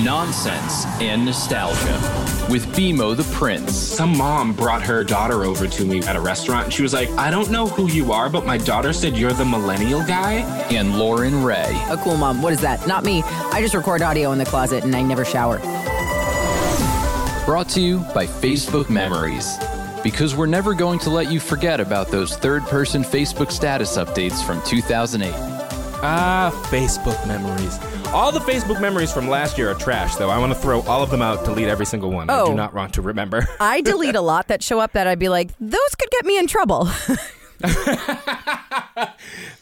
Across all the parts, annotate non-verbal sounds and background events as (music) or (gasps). nonsense, and nostalgia with BMO the Prince. Some mom brought her daughter over to me at a restaurant and she was like, I don't know who you are, but my daughter said you're the millennial guy. and Lauren Ray. A cool mom. What is that? Not me. I just record audio in the closet and I never shower. Brought to you by Facebook Memories. Because we're never going to let you forget about those third person Facebook status updates from 2008. Ah, Facebook memories. All the Facebook memories from last year are trash, though. I want to throw all of them out, delete every single one. I Oh. do not want to remember. (laughs) I delete a lot that show up that I'd be like, those could get me in trouble. (laughs) it's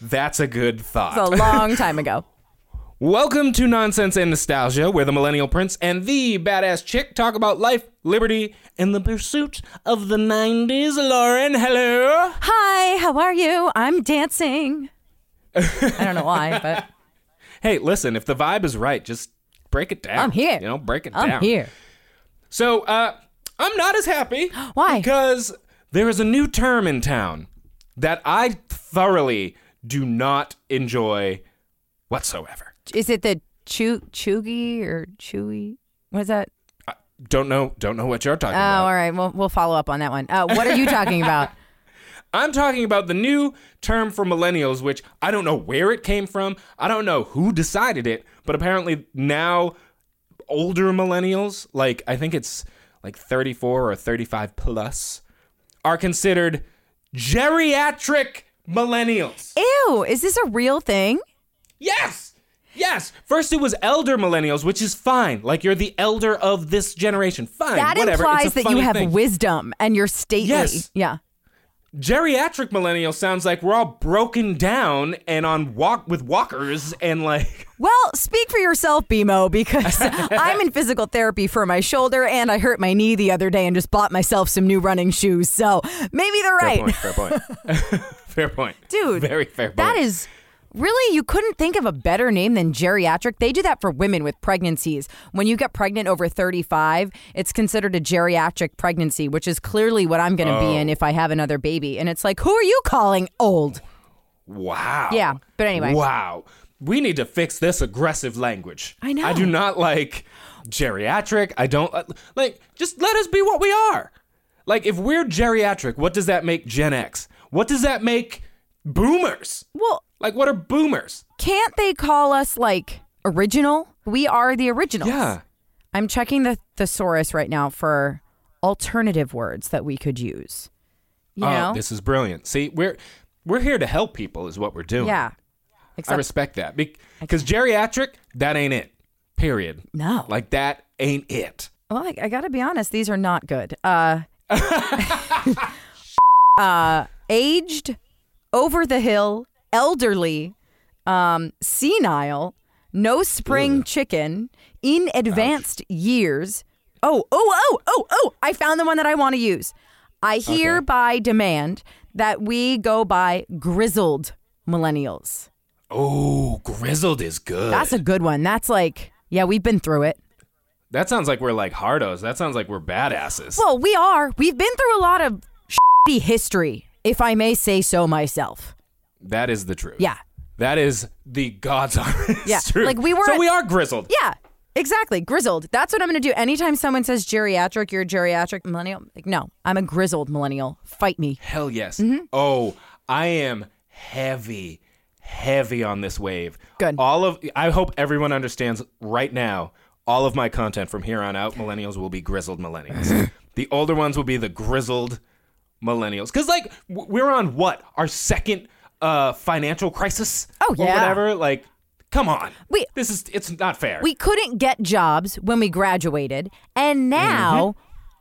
That's a good thought. a long time ago. Welcome to Nonsense and Nostalgia, where the Millennial Prince and the Badass Chick talk about life, liberty, and the pursuit of the 90s. Lauren, hello. Hi, how are you? I'm dancing. I don't know why, but Hey, listen, if the vibe is right, just break it down. I'm here. You know, break it I'm down. here. So, uh, I'm not as happy. (gasps) Why? Because there is a new term in town that I thoroughly do not enjoy whatsoever. Is it the chew chuggy or chewy? What is that? Don't know. Don't know what you're talking Oh, about. all right. We'll, we'll follow up on that one. Uh, what are you talking (laughs) about? I'm talking about the new term for millennials, which I don't know where it came from. I don't know who decided it, but apparently now older millennials, like I think it's like 34 or 35 plus, are considered geriatric millennials. Ew, is this a real thing? Yes! Yes! First it was elder millennials, which is fine. Like you're the elder of this generation. Fine. That whatever. It's implies a that you funny have thing. wisdom and you're stately. Yes. Yeah. Geriatric millennial sounds like we're all broken down and on walk with walkers and like Well, speak for yourself, BMO, because (laughs) I'm in physical therapy for my shoulder and I hurt my knee the other day and just bought myself some new running shoes. So maybe they're fair right. point, fair point. (laughs) fair point. Dude, Very fair point. (laughs) That is really, you couldn't think of a better name than geriatric. They do that for women with pregnancies. When you get pregnant over 35, it's considered a geriatric pregnancy, which is clearly what I'm going to be in Oh. if I have another baby. And it's like, who are you calling old? Wow. Yeah, but anyway. Wow. We need to fix this aggressive language. I know. I do not like geriatric. I don't uh, like just let us be what we are. Like if we're geriatric, what does that make Gen X? What does that make boomers? Well, Like what are boomers? can't they call us like original? We are the originals. Yeah. I'm checking the thesaurus right now for alternative words that we could use. You Oh, know? this is brilliant. See, we're we're here to help people is what we're doing. yeah. I Except respect that. Because geriatric, that ain't it. Period. no. Like that ain't it. Well, I, I got to be honest, these are not good. Uh, uh, aged, over the hill, elderly, um, senile, no spring chicken, in advanced years. Oh, oh, oh, oh, oh, I found the one that I want to use. I hereby demand that we go by grizzled millennials. Oh, grizzled is good. That's a good one. That's like, yeah, we've been through it. That sounds like we're like hardos. That sounds like we're badasses. Well, we are. We've been through a lot of shitty history, if I may say so myself. that is the truth. Yeah. That is the God's honest Yeah, (laughs) truth. like, we weren't- So we are grizzled. Yeah, exactly. Grizzled. That's what I'm going to do. Anytime someone says geriatric, you're a geriatric millennial. Like, no, I'm a grizzled millennial. Fight me. Hell yes. Mm-hmm. Oh, I am heavy, heavy on this wave. Good. All of I hope everyone understands right now. All of my content from here on out, millennials will be grizzled (laughs) millennials. the older ones will be the grizzled millennials. Because like w- we're on what our second uh, financial crisis. Oh, Or yeah. whatever. Like, come on. We- This is it's not fair. We couldn't get jobs when we graduated, and now.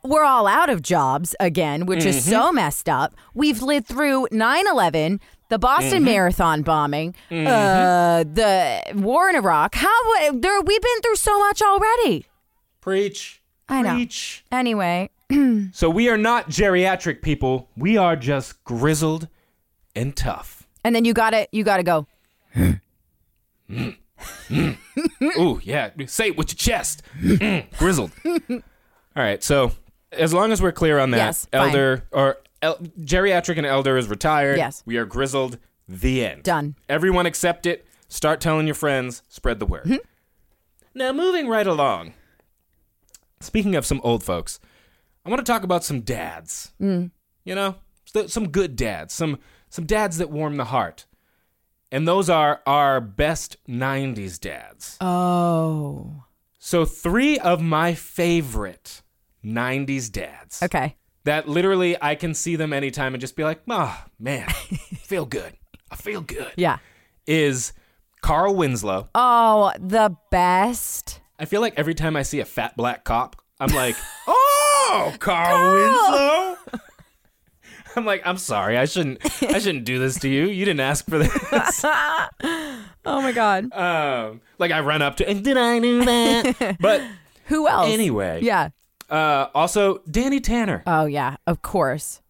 We're all out of jobs again, which is so messed up. We've lived through 9 11, the Boston Marathon bombing, uh, the war in Iraq. How there, we've been through so much already. Preach. I know. Preach. Anyway, So we are not geriatric people. We are just grizzled and tough. and then you got to you got to go. Mm-hmm. Ooh, yeah. Say it with your chest. Mm, (laughs) grizzled. All right. So, as long as we're clear on that, Yes, fine. elder or el- geriatric and elder is retired. Yes. We are grizzled. The end. Done. Mm-hmm. Everyone accept it. Start telling your friends. Spread the word. Now, moving right along. Speaking of some old folks, I want to talk about some dads. Mm. You know, so- some good dads, some some dads that warm the heart, and those are our best '90s dads. Oh. So three of my favorite '90s dads. Okay. That literally, I can see them anytime and just be like, "Ah, man, (laughs) I feel good. I feel good." Yeah. Is Carl Winslow. Oh, the best. I feel like every time I see a fat black cop, I'm (laughs) like, "Oh, Carl Winslow." (laughs) I'm like, "I'm sorry. I shouldn't. I shouldn't do this to you. You didn't ask for (laughs) this." Oh my God. Um, like I run up to, and did I do that? (laughs) But Who else? anyway, Yeah. Uh, also, Danny Tanner, Oh yeah. Of course.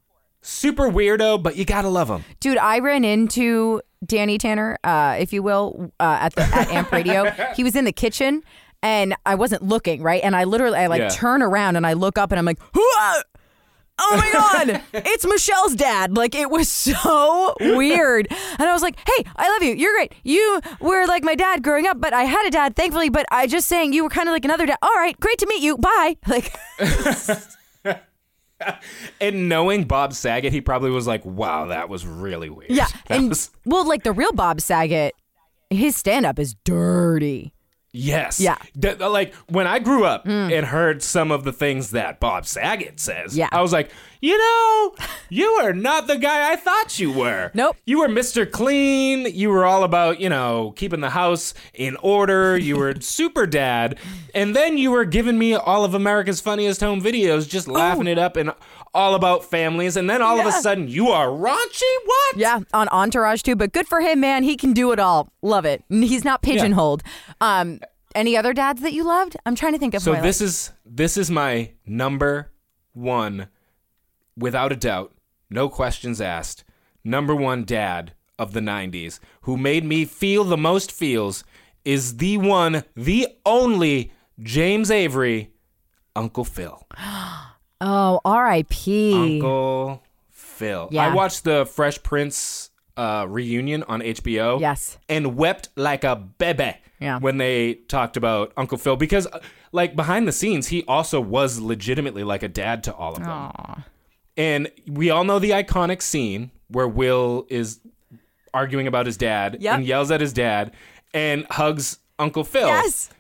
super weirdo, but you gotta love him. Dude, I ran into Danny Tanner, uh, if you will, uh, at the at (laughs) Amp Radio. he was in the kitchen, and I wasn't looking right, and I literally I like Yeah. turn around and I look up and I'm like, Whoa! oh my (laughs) god, it's Michelle's dad. Like it was so weird, and I was like, hey, I love you. You're great. You were like my dad growing up, but I had a dad, thankfully. But I just saying you were kind of like another dad. All right, great to meet you. Bye. (laughs) Like And knowing Bob Saget, he probably was like, "Wow, that was really weird." yeah, (laughs) That and was- well, like the real Bob Saget, his stand up is dirty. yes, Yeah. Hmm. That- like when I grew up and heard some of the things that Bob Saget says, Yeah. I was like, you know, you are not the guy I thought you were. Nope. you were Mister Clean. You were all about you know keeping the house in order. You (laughs) were super dad, and then you were giving me all of America's funniest home videos, just laughing it up and all about families. And then all of a Yeah. sudden, you are raunchy. What? Yeah, on Entourage too, but good for him, man. He can do it all. Love it. N- He's not pigeonholed. Um, any other dads that you loved? I'm trying to think of. So who I this is this is my number one, without a doubt, no questions asked, number one dad of the '90s who made me feel the most feels is the one, the only James Avery, Uncle Phil. liked. oh, R.I.P. Uncle Phil. Yeah. I watched the Fresh Prince uh, reunion on HBO. Yes. And wept like a bebe Yeah. when they talked about Uncle Phil because, uh, like, behind the scenes, he also was legitimately like a dad to all of them. And we all know the iconic scene where Will is arguing about his dad Yep. and yells at his dad and hugs Uncle Phil. Yes.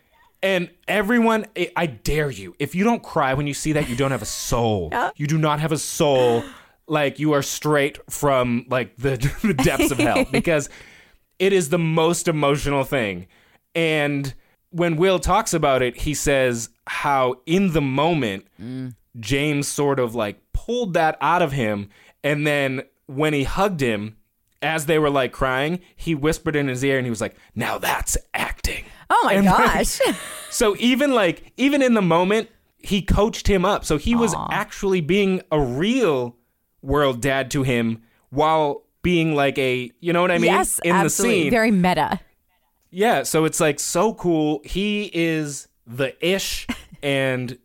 And everyone, I- I dare you. If you don't cry when you see that, you don't have a soul. You do not have a soul. Like you are straight from like the, (laughs) the depths of hell because it is the most emotional thing. And when Will talks about it, he says how in the moment James sort of like pulled that out of him, and then when he hugged him. As they were like crying, he whispered in his ear and he was like, Now that's acting. Oh my And, like, gosh. so even like even in the moment, he coached him up. So he was actually being a real world dad to him while being like a you know what (laughs) I mean yes, in absolutely. the scene. Very meta. yeah, so it's like so cool. He is the (laughs) ish and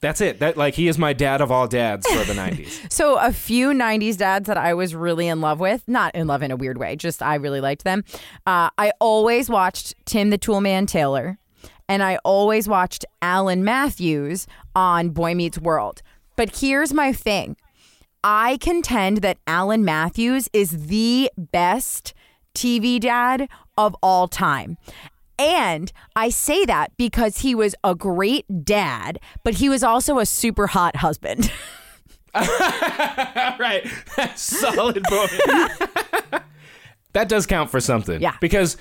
that's it. That like he is my dad of all dads for the 90s. So a few '90s dads that I was really in love with, not in love in a weird way, just I really liked them. Uh, I always watched Tim the Toolman Taylor, and I always watched Alan Matthews on Boy Meets World. But here's my thing: I contend that Alan Matthews is the best TV dad of all time. And I say that because he was a great dad, but he was also a super hot husband. (laughs) All right. Solid point. (laughs) that does count for something. Yeah. Because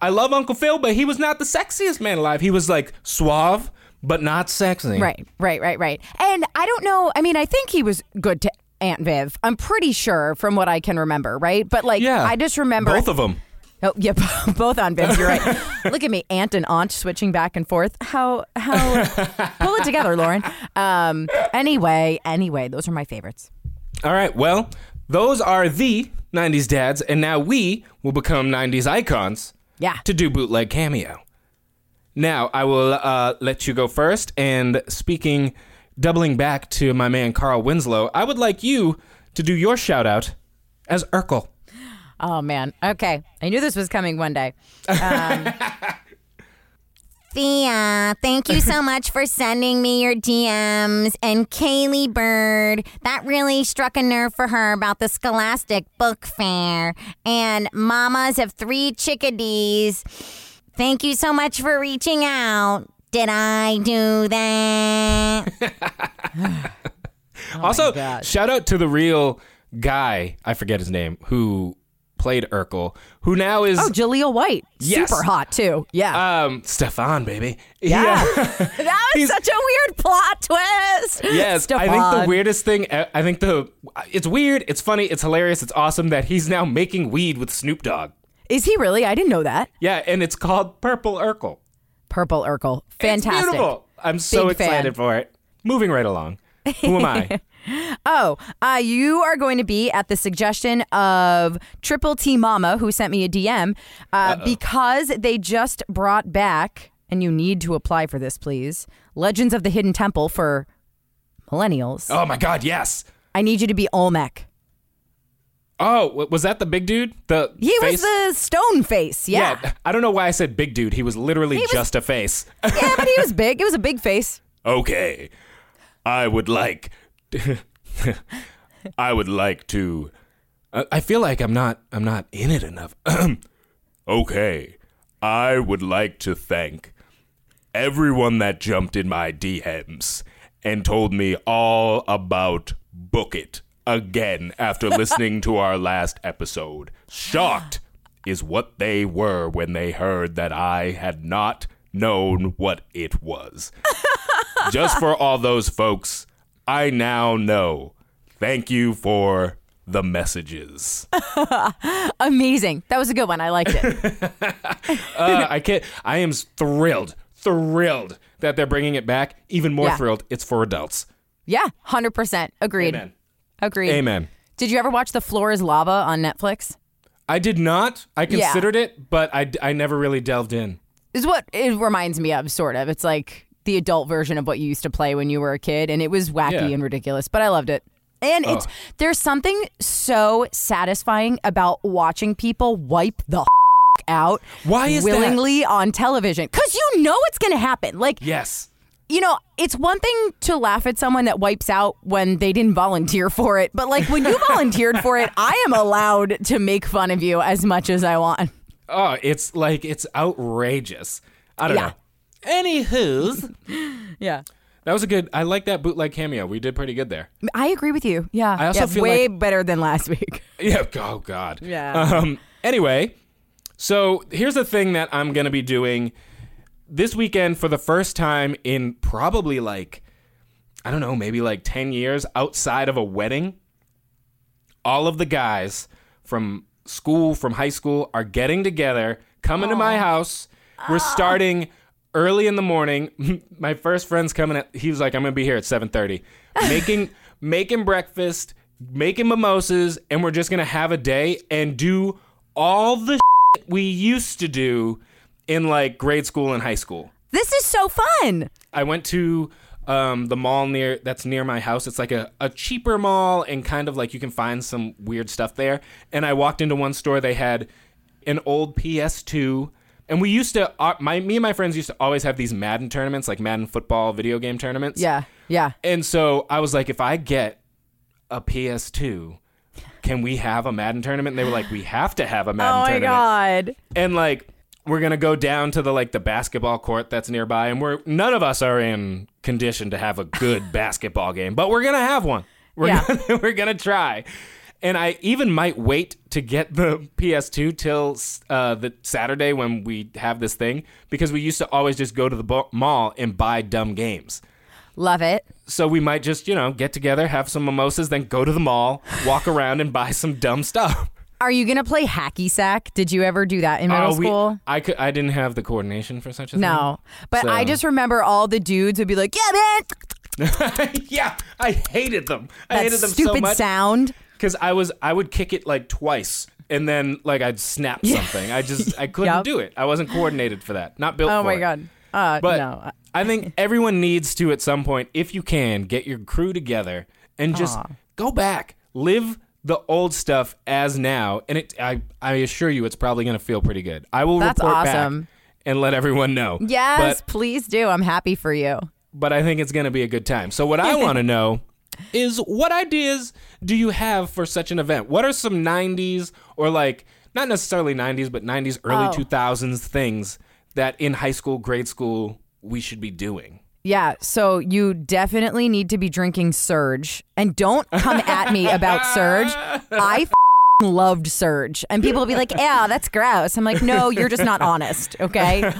I love Uncle Phil, but he was not the sexiest man alive. He was like suave, but not sexy. Right, right, right, right. And I don't know. I mean, I think he was good to Aunt Viv. I'm pretty sure from what I can remember, right? But like, Yeah. I just remember Both of them. (laughs) Oh, yeah, both on Viv's. You're (laughs) right. Look at me, aunt and aunt switching back and forth. How how pull it together, Lauren. Um. Anyway, anyway, those are my favorites. All right. Well, those are the 90s dads, and now we will become 90s icons Yeah. to do bootleg cameo. Now, I will uh, let you go first. And speaking, doubling back to my man Carl Winslow, I would like you to do your shout out as Urkel. Oh man. Okay. I knew this was coming one day. Um, Thea, thank you so much for sending me your DMs. And Kaylee Bird, that really struck a nerve for her about the Scholastic Book Fair. And Mamas of Three Chickadees, thank you so much for reaching out. Did I do that? Oh also, gosh. shout out to the real guy. I forget his name who played Urkel, who now is Oh, Jaleel White. Yes. Super hot, too. Yeah. um Stefan, baby. Yeah. that was he's- such a weird plot twist. (laughs) Yes, I think the Stefan. weirdest thing. uh, I think the it's weird, it's funny, it's hilarious, it's awesome that he's now making weed with Snoop Dogg. Is he really? I didn't know that. Yeah, and it's called Purple Urkel. Purple Urkel. It's Fantastic. beautiful. I'm so Big fan. excited for it. Moving right along. Who am (laughs) I? Oh, uh, you are going to be at the suggestion of Triple T Mama, who sent me a DM, uh, because they just brought back, and you need to apply for this, please Legends of the Hidden Temple for millennials. oh my God! Yes. I need you to be Olmec. Oh, wa- was that the big dude? The He face? was the stone face. Yeah. (laughs) Yeah, I don't know why I said big dude. He was literally was- just a face. but he was big. It was a big face. okay, I would like, (laughs) I would like to. uh, I I feel like I'm not, I'm not in it enough. (clears throat) okay, I would like to thank everyone that jumped in my DMs and told me all about Book It again after listening to our last episode. Shocked is what they were when they heard that I had not known what it was. Just for all those folks, I now know. Thank you for the messages. Amazing. That was a good one. I (laughs) liked it. Uh, I can't. I am thrilled, thrilled that they're bringing it back. Even more Yeah. thrilled, it's for adults. yeah, 100%. Agreed. Amen. Agreed. Amen. Did you ever watch The Floor is Lava on Netflix? I did not. I Yeah. considered it, but I, I never really delved in. is what it reminds me of, sort of. It's like the adult version of what you used to play when you were a kid, and it was wacky Yeah. Oh. and ridiculous, but I loved it. And it's there's something so satisfying about watching people wipe the out Why is that? willingly on television because you know it's going to happen. Like Yes. you know, it's one thing to laugh at someone that wipes out when they didn't volunteer for it, but like when you volunteered for it, I am allowed to make fun of you as much as I want. Oh, it's like it's outrageous. I don't Yeah. know. Anywho's, Yeah. that was a good. I like that bootleg cameo. We did pretty good there. I agree with you. Yeah, I also Yeah, feel way better than last week. (laughs) Yeah. (laughs) Oh God. Yeah. Um. Anyway, so here's the thing that I'm gonna be doing this weekend for the first time in probably like I don't know, maybe like ten years outside of a wedding. All of the guys from school, from high school, are getting together, coming to my house. We're starting early in the morning. (laughs) my first friend's coming. At, he was like, "I'm gonna be here at 7:30, making making breakfast, making mimosas, and we're just gonna have a day and do all the (laughs) shit we used to do in like grade school and high school." This is so fun. I went to um, the mall near that's near my house. It's like a, a cheaper mall and kind of like you can find some weird stuff there. And I walked into one store. They had an old PS2. And we used to, uh, my me and my friends used to always have these Madden tournaments, like Madden football video game tournaments. Yeah, yeah. And so I was like, if I get a PS2, can we have a Madden tournament? And they were like, we have to have a Madden Oh tournament god. and like we're gonna go down to the like the basketball court that's nearby and we're none of us are in condition to have a (laughs) good basketball game but we're gonna have one we're, Yeah. gonna, (laughs) we're gonna try and i even might wait to get the ps2 till uh, the saturday when we have this thing because we used to always just go to the bo- mall and buy dumb games Love it. so we might just you know get together have some mimosas then go to the mall walk around and buy some dumb stuff Are you gonna play hacky sack? Did you ever do that in middle Uh, we- school? I could. I didn't have the coordination for such a no, but I So- just remember all the dudes would be like, "Yeah, man, thing. (laughs) yeah, I hated them. I that hated them stupid so much sound." because I was. I would kick it like twice, and then like I'd (laughs) snap something. I just. I couldn't Yep. do it. I wasn't coordinated for that. Not built. Oh for my it. god. Uh, But no. I (laughs) think everyone needs to at some point, if you can, get your crew together and just go back, live the old stuff as now, and it. I. I assure you, it's probably going to feel pretty good. I will. That's report back awesome. and let everyone know. Yes, But, please do. I'm happy for you. but I think it's going to be a good time. So, what I want to know is what ideas do you have for such an event? What are some 90s or like, not necessarily 90s, but 90s, early Oh. 2000s things that in high school, grade school, we should be doing? Yeah, so you definitely need to be drinking Surge. And don't come at me about Surge. I f***ing loved Surge. And people will be like, yeah, that's gross. I'm like, no, you're just not honest, (laughs) okay?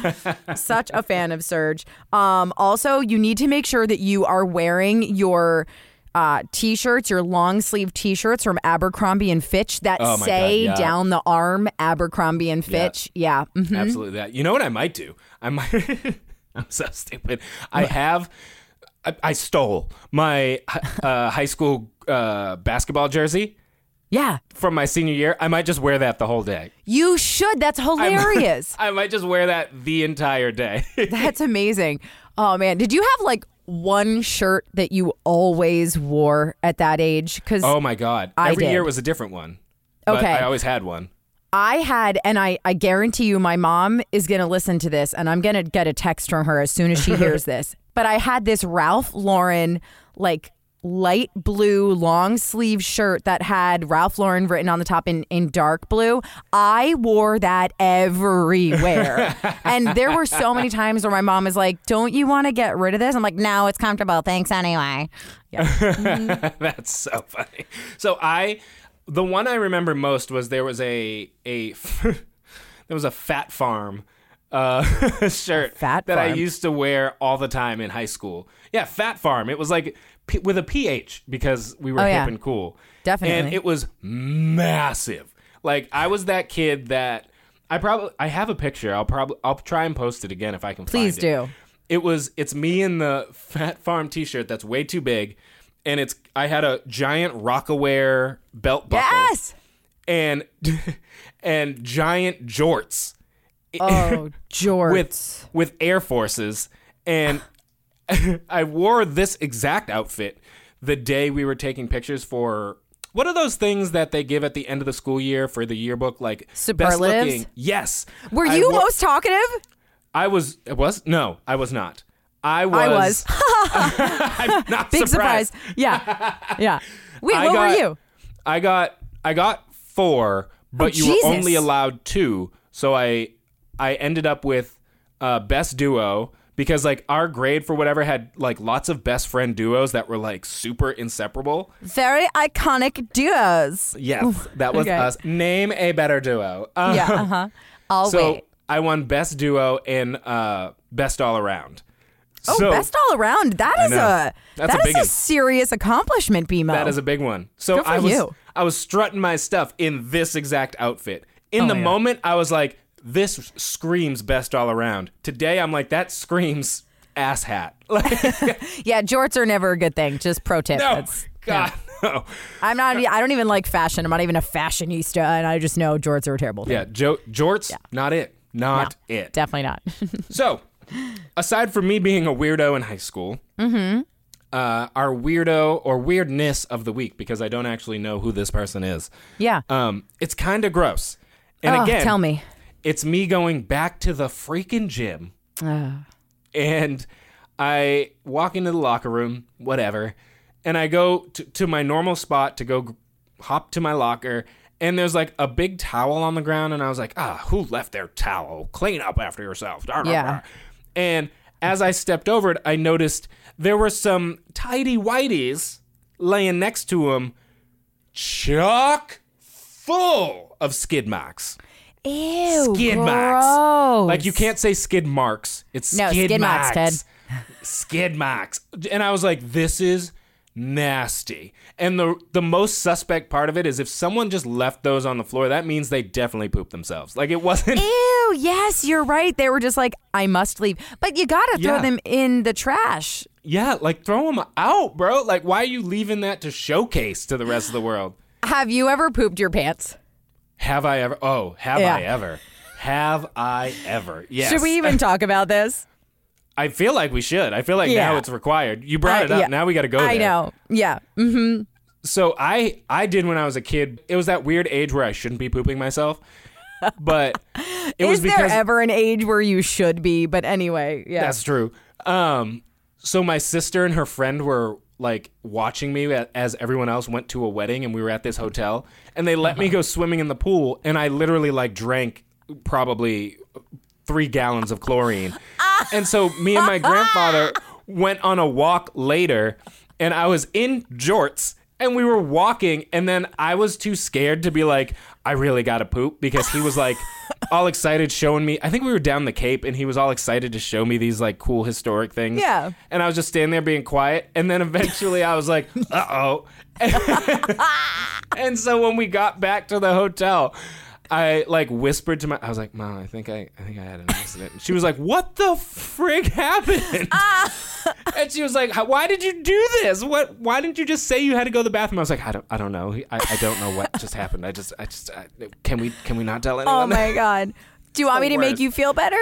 Such a fan of Surge. Um, also, you need to make sure that you are wearing your uh, t-shirts, your long sleeve t-shirts from Abercrombie and Fitch that Oh my God, say yeah. down the arm Abercrombie and Fitch. Yeah. mhm. Absolutely that. You know what I might do? I might. (laughs) I'm so stupid. I have. I, I stole my uh, high school uh, basketball jersey Yeah. from my senior year. I might just wear that the whole day. You should. That's hilarious. I might just wear that the entire day. (laughs) (laughs) That's amazing. Oh man, did you have like one shirt that you always wore at that age? Because oh my god! I Every did. year was a different one. But Okay. I always had one. (laughs) I had, and I, I guarantee you, my mom is going to listen to this, and I'm going to get a text from her as soon as (laughs) she hears this. But I had this Ralph Lauren, like light blue long sleeve shirt that had Ralph Lauren written on the top in, in dark blue. I wore that (laughs) everywhere. and there were so many times where my mom is like, Don't you want to get rid of this? I'm like, No, it's comfortable. Thanks anyway. That's so funny. So I, the one I remember most was there was a a (laughs) there was a fat farm uh, (laughs) shirt Fat that I Farm? used to wear all the time in high school. Yeah, fat farm. It was like p- with a ph because we were Oh, hip yeah. and cool. And Definitely. it was massive. Like I was that kid that I probably I have a picture. I'll probably I'll try and post it again if I can Please find it. do. It was it's me in the Fat Farm t-shirt that's way too big and it's I had a giant Rockaware belt buckle (laughs) Yes. and and giant jorts Oh, George. with with Air Forces and (laughs) I wore this exact outfit the day we were taking pictures for what are those things that they give at the end of the school year for the yearbook like best Superlatives? looking yes were I you wo- most talkative? I was it was no I was not I was I was. (laughs) I'm not Big surprised. surprise. (laughs) Yeah. Yeah. Wait, I what got- were you? Oh, I got I got four, but you Jesus. were only allowed two. So I I ended up with uh, best duo because like our grade for whatever had like lots of best friend duos that were like super inseparable. Very iconic duos. Yes, that was okay. us. Name a better duo. Uh, Yeah. (laughs) Uh huh. I'll so wait. I won best duo and uh, best all around. Oh, so best all around. That is know. a That's a that is biggie. a serious accomplishment, BMO. That is a big one. So Oh. Good for I was you. I was strutting my stuff in this exact outfit. In the my God. moment, I was like, "This screams best all around." Today, I'm like, "That screams ass hat." (laughs) Like, yeah, jorts are never a good thing. Just pro tip. no, (laughs) That's- God, no. I'm not. I don't even like fashion. I'm not even a fashionista, and I just know jorts are a terrible thing. Yeah, jo- jorts, not it, not it. Definitely not. (laughs) So, aside from me being a weirdo in high school, Mm-hmm. uh, our weirdo or weirdness of the week, because I don't actually know who this person is. yeah. Um, it's kind of gross. And oh, again, tell me. it's me going back to the freaking gym. And I walk into the locker room, whatever, and I go to, to my normal spot to go g- hop to my locker. And there's like a big towel on the ground, and I was like, ah, who left their towel? Clean up after yourself. Blah, blah, Yeah. blah. And as I stepped over it, I noticed there were some tidy whiteys laying next to him, chock full of skid marks Ew. skid marks. gross. Like you can't say skid marks. It's No, skid, skid marks, Skid marks. And I was like, this is nasty. And the the most suspect part of it is if someone just left those on the floor, that means they definitely pooped themselves. Like it wasn't. Ew, yes, you're right. They were just like, I must leave. But you gotta Yeah. throw them in the trash. Yeah, like throw them out, bro. Like why are you leaving that to showcase to the rest of the world? Have you ever pooped your pants? Have I ever? Oh, have Yeah. I ever? Have I ever? Yes. Should we even talk (laughs) about this? I feel like we should. I feel like Yeah. now it's required. You brought it up. yeah. Now we got to go. I there. know. Yeah. Mm. So I I did when I was a kid. It was that weird age where I shouldn't be pooping myself. (laughs) but it was Is there because ever an age where you should be? But anyway, yeah. That's true. Um, so my sister and her friend were like watching me a- as everyone else went to a wedding, and we were at this hotel, and they let me Uh-huh. go swimming in the pool, and I literally like drank probably three gallons of (laughs) chlorine, and so me and my grandfather went on a walk later, and I was in jorts. And we were walking, and then I was too scared to be like, I really gotta poop because he was like, all excited showing me I think we were down the Cape and he was all excited to show me these like cool historic things. Yeah. And I was just standing there being quiet and then eventually I was like, uh oh. and so when we got back to the hotel, I like whispered to my I was like, Mom, I think I I think I had an accident. And she was like, What the frig happened? Ah. and she was like, "How- Why did you do this? What why didn't you just say you had to go to the bathroom? I was like, I don't I don't know. I, I don't know what just happened. I just I just I, can we can we not tell anyone? (laughs) Oh my god. Do you want me to make worst. you feel better?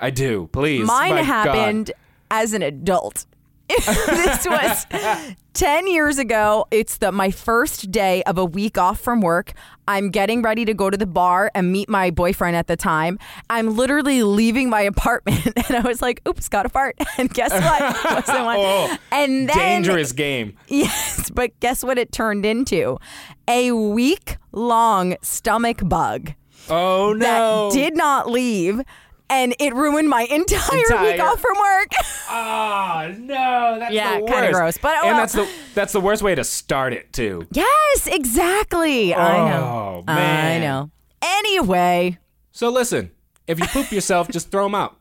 I do. Please. Mine My happened God. as an adult. (laughs) this was 10 years ago. It's the my first day of a week off from work. I'm getting ready to go to the bar and meet my boyfriend at the time. I'm literally leaving my (laughs) apartment and I was like, oops, got a fart. (laughs) And guess what? (laughs) Wasn't one. Oh, and then Dangerous game. (laughs) Yes, but guess what it turned into? A week long stomach bug Oh no. that did not leave and it ruined my (laughs) entire, Entire- week off from work. Oh no. That's Yeah, the kinda worst. gross, but oh and well. that's the that's the worst way to start it too. yes, exactly. I know. Oh, man. I know. Anyway, So listen, if you poop yourself, just throw them (laughs) out.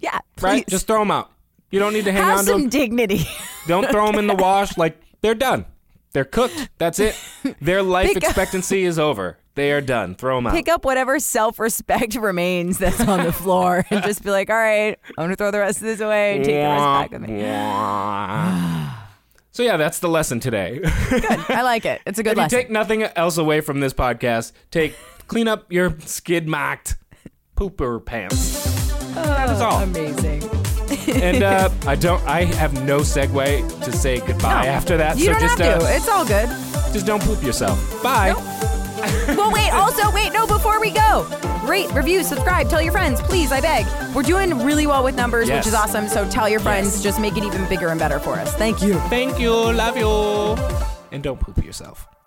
yeah, please. Right? Just throw them out. You don't need to hang have on to some them. dignity. (laughs) Don't throw them in the wash. Like they're done. They're cooked. That's it. (laughs) Their life Pick up- expectancy is over. They are done. Throw them out. Pick up whatever self respect (laughs) remains that's on the floor (laughs) and just be like, all right, I'm going to throw the rest of this away and take the rest back with me. (sighs) so yeah, that's the lesson today. (laughs) I like it. It's a good if you lesson. take nothing else away from this podcast, take clean up your skid marked pooper pants. that Oh, is all. Amazing. and (laughs) uh, I don't. I have no segue to say goodbye after that. You so don't just have uh, to. It's all good. just don't poop yourself. Bye. Well, wait, also, wait, no, before we go, rate, review, subscribe, tell your friends, please, I beg. We're doing really well with numbers, Yes. which is awesome. So tell your friends, just make it even bigger and better for us. Thank you. Thank you. Love you. And don't poop yourself.